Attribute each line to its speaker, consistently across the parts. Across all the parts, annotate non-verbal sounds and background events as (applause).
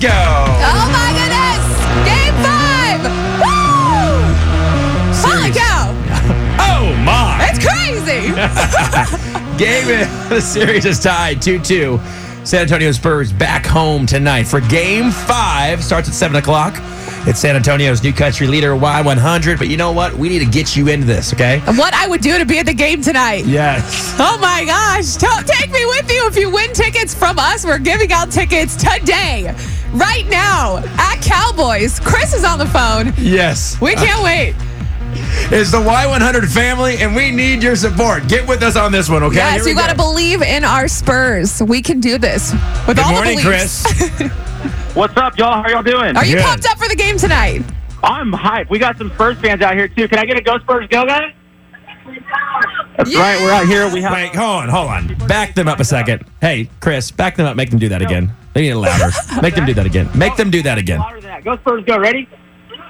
Speaker 1: go.
Speaker 2: Oh my goodness! Game five! Woo! Holy cow!
Speaker 1: Oh my!
Speaker 2: It's crazy!
Speaker 1: (laughs) Game is- (laughs) the series is tied 2-2. San Antonio Spurs back home tonight for game five. Starts at 7 o'clock. It's San Antonio's new country leader, Y100. But you know what? We need to get you into this, okay?
Speaker 2: what I would do to be at the game tonight.
Speaker 1: Yes.
Speaker 2: Oh my gosh. Don't take me with you if you win tickets from us. We're giving out tickets today, right now, at Cowboys. Chris is on the phone.
Speaker 1: Yes.
Speaker 2: We can't wait.
Speaker 1: It's the Y100 family, and we need your support. Get with us on this one, okay? Here
Speaker 2: Yes,
Speaker 1: we
Speaker 2: you got to believe in our Spurs. We can do this with
Speaker 1: Good
Speaker 2: all
Speaker 1: morning,
Speaker 2: the (laughs) beliefs.
Speaker 1: Chris.
Speaker 3: What's up, y'all? How y'all doing?
Speaker 2: Are you
Speaker 1: Good.
Speaker 2: pumped up for the game tonight?
Speaker 3: I'm hyped. We got some Spurs fans out here too. Can I get a Go Spurs go, guys? That's
Speaker 2: Yeah.
Speaker 3: right. We're out here. We have.
Speaker 1: Wait, hold on, hold on. Back them up a second. Hey, Chris, back them up. Make them do that again. They need it louder. Make them do that again. Make them do that again. All
Speaker 3: Louder than that. Go Spurs go. Ready?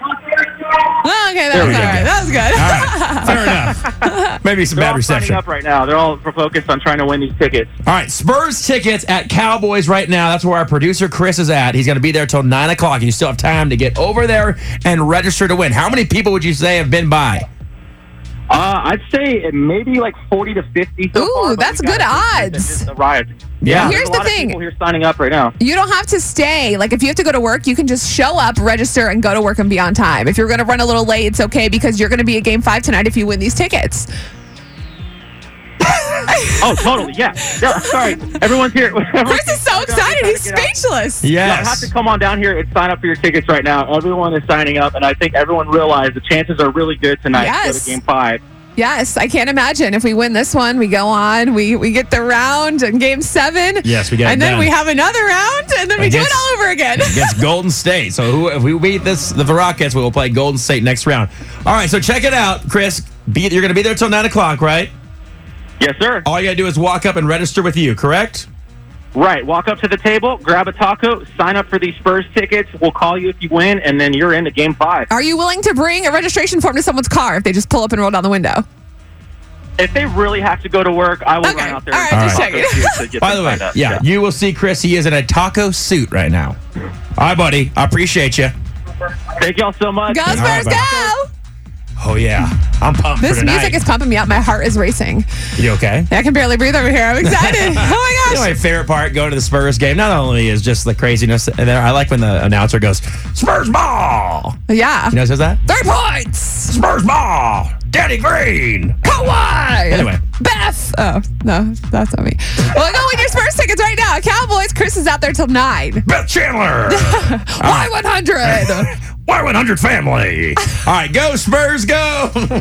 Speaker 2: Oh, okay, that
Speaker 1: There
Speaker 2: was
Speaker 1: we
Speaker 2: all
Speaker 1: go.
Speaker 2: right. That was good.
Speaker 1: right,
Speaker 3: (laughs)
Speaker 1: fair enough. Maybe some
Speaker 3: They're
Speaker 1: bad
Speaker 3: all
Speaker 1: reception.
Speaker 3: signing up right now. They're all focused on trying to win these tickets.
Speaker 1: All right, Spurs tickets at Cowboys right now. That's where our producer Chris is at. He's going to be there till nine o'clock, and you still have time to get over there and register to win. How many people would you say have been by?
Speaker 3: Uh, I'd say it maybe like 40 to 50. So
Speaker 2: Ooh,
Speaker 3: far, but
Speaker 2: that's
Speaker 3: we got
Speaker 2: good
Speaker 3: a few
Speaker 2: odds.
Speaker 3: that just Arrived.
Speaker 1: Yeah.
Speaker 2: Here's
Speaker 3: There's a
Speaker 2: the
Speaker 3: lot of
Speaker 2: thing.
Speaker 3: people here signing up right now.
Speaker 2: You don't have to stay. Like if you have to go to work, you can just show up, register, and go to work and be on time. If you're going to run a little late, it's okay because you're going to be at Game Five tonight if you win these tickets.
Speaker 3: Oh, totally. Yeah.
Speaker 2: (laughs)
Speaker 3: yeah sorry. Everyone's here. (laughs)
Speaker 2: Chris is so excited; he's speechless.
Speaker 3: Y'all have
Speaker 1: Yes.
Speaker 3: to come on down here and sign up for your tickets right now. Everyone is signing up, and I think everyone realized the chances are really good tonight to go
Speaker 2: Yes.
Speaker 3: to Game Five.
Speaker 2: Yes, I can't imagine if we win this one, we go on, we we get the round in Game Seven.
Speaker 1: Yes, we get it
Speaker 2: And then
Speaker 1: done.
Speaker 2: we have another round, and then we do it
Speaker 1: Against-
Speaker 2: all over again.
Speaker 1: Against Golden State. So who, if we beat this the Rockets, we will play Golden State next round. All right, so check it out, Chris. Be, you're going to be there till nine o'clock, right?
Speaker 3: Yes, sir.
Speaker 1: All you got to do is walk up and register with you, correct?
Speaker 3: Right. Walk up to the table, grab a taco, sign up for these Spurs tickets. We'll call you if you win, and then you're into Game Five.
Speaker 2: (laughs) Are you willing to bring a registration form to someone's car if they just pull up and roll down the window?
Speaker 3: If they really have to go to work, I will
Speaker 2: Okay.
Speaker 3: run out there.
Speaker 2: All
Speaker 3: and
Speaker 2: right,
Speaker 1: just
Speaker 3: get
Speaker 2: checking.
Speaker 3: tacos here to get
Speaker 1: By
Speaker 3: them
Speaker 1: the way,
Speaker 3: signed up.
Speaker 1: yeah, you will see Chris. He is in a taco suit right now. All right, buddy. I appreciate you.
Speaker 3: Thank y'all so much.
Speaker 2: Go Spurs,
Speaker 1: bye.
Speaker 2: go!
Speaker 1: Oh yeah, I'm pumped for
Speaker 2: This
Speaker 1: tonight.
Speaker 2: music is pumping me up. My heart is racing.
Speaker 1: You okay?
Speaker 2: I can barely breathe over here. I'm excited. (laughs) oh my
Speaker 1: You
Speaker 2: gosh.
Speaker 1: know, my favorite part going to the Spurs game not only is just the craziness in there. I like when the announcer goes Spurs ball.
Speaker 2: Yeah.
Speaker 1: You know, who says that
Speaker 2: Three points.
Speaker 1: Spurs ball. Danny Green.
Speaker 2: Kawhi.
Speaker 1: Anyway.
Speaker 2: Beth. Oh, no, that's not me. Well, go win your Spurs tickets right now. Cowboys. Chris is out there till 9.
Speaker 1: Beth
Speaker 2: (laughs)
Speaker 1: Chandler.
Speaker 2: Why 100?
Speaker 1: (laughs)
Speaker 2: (laughs)
Speaker 1: Y100 family. All right, go (laughs) Spurs, go.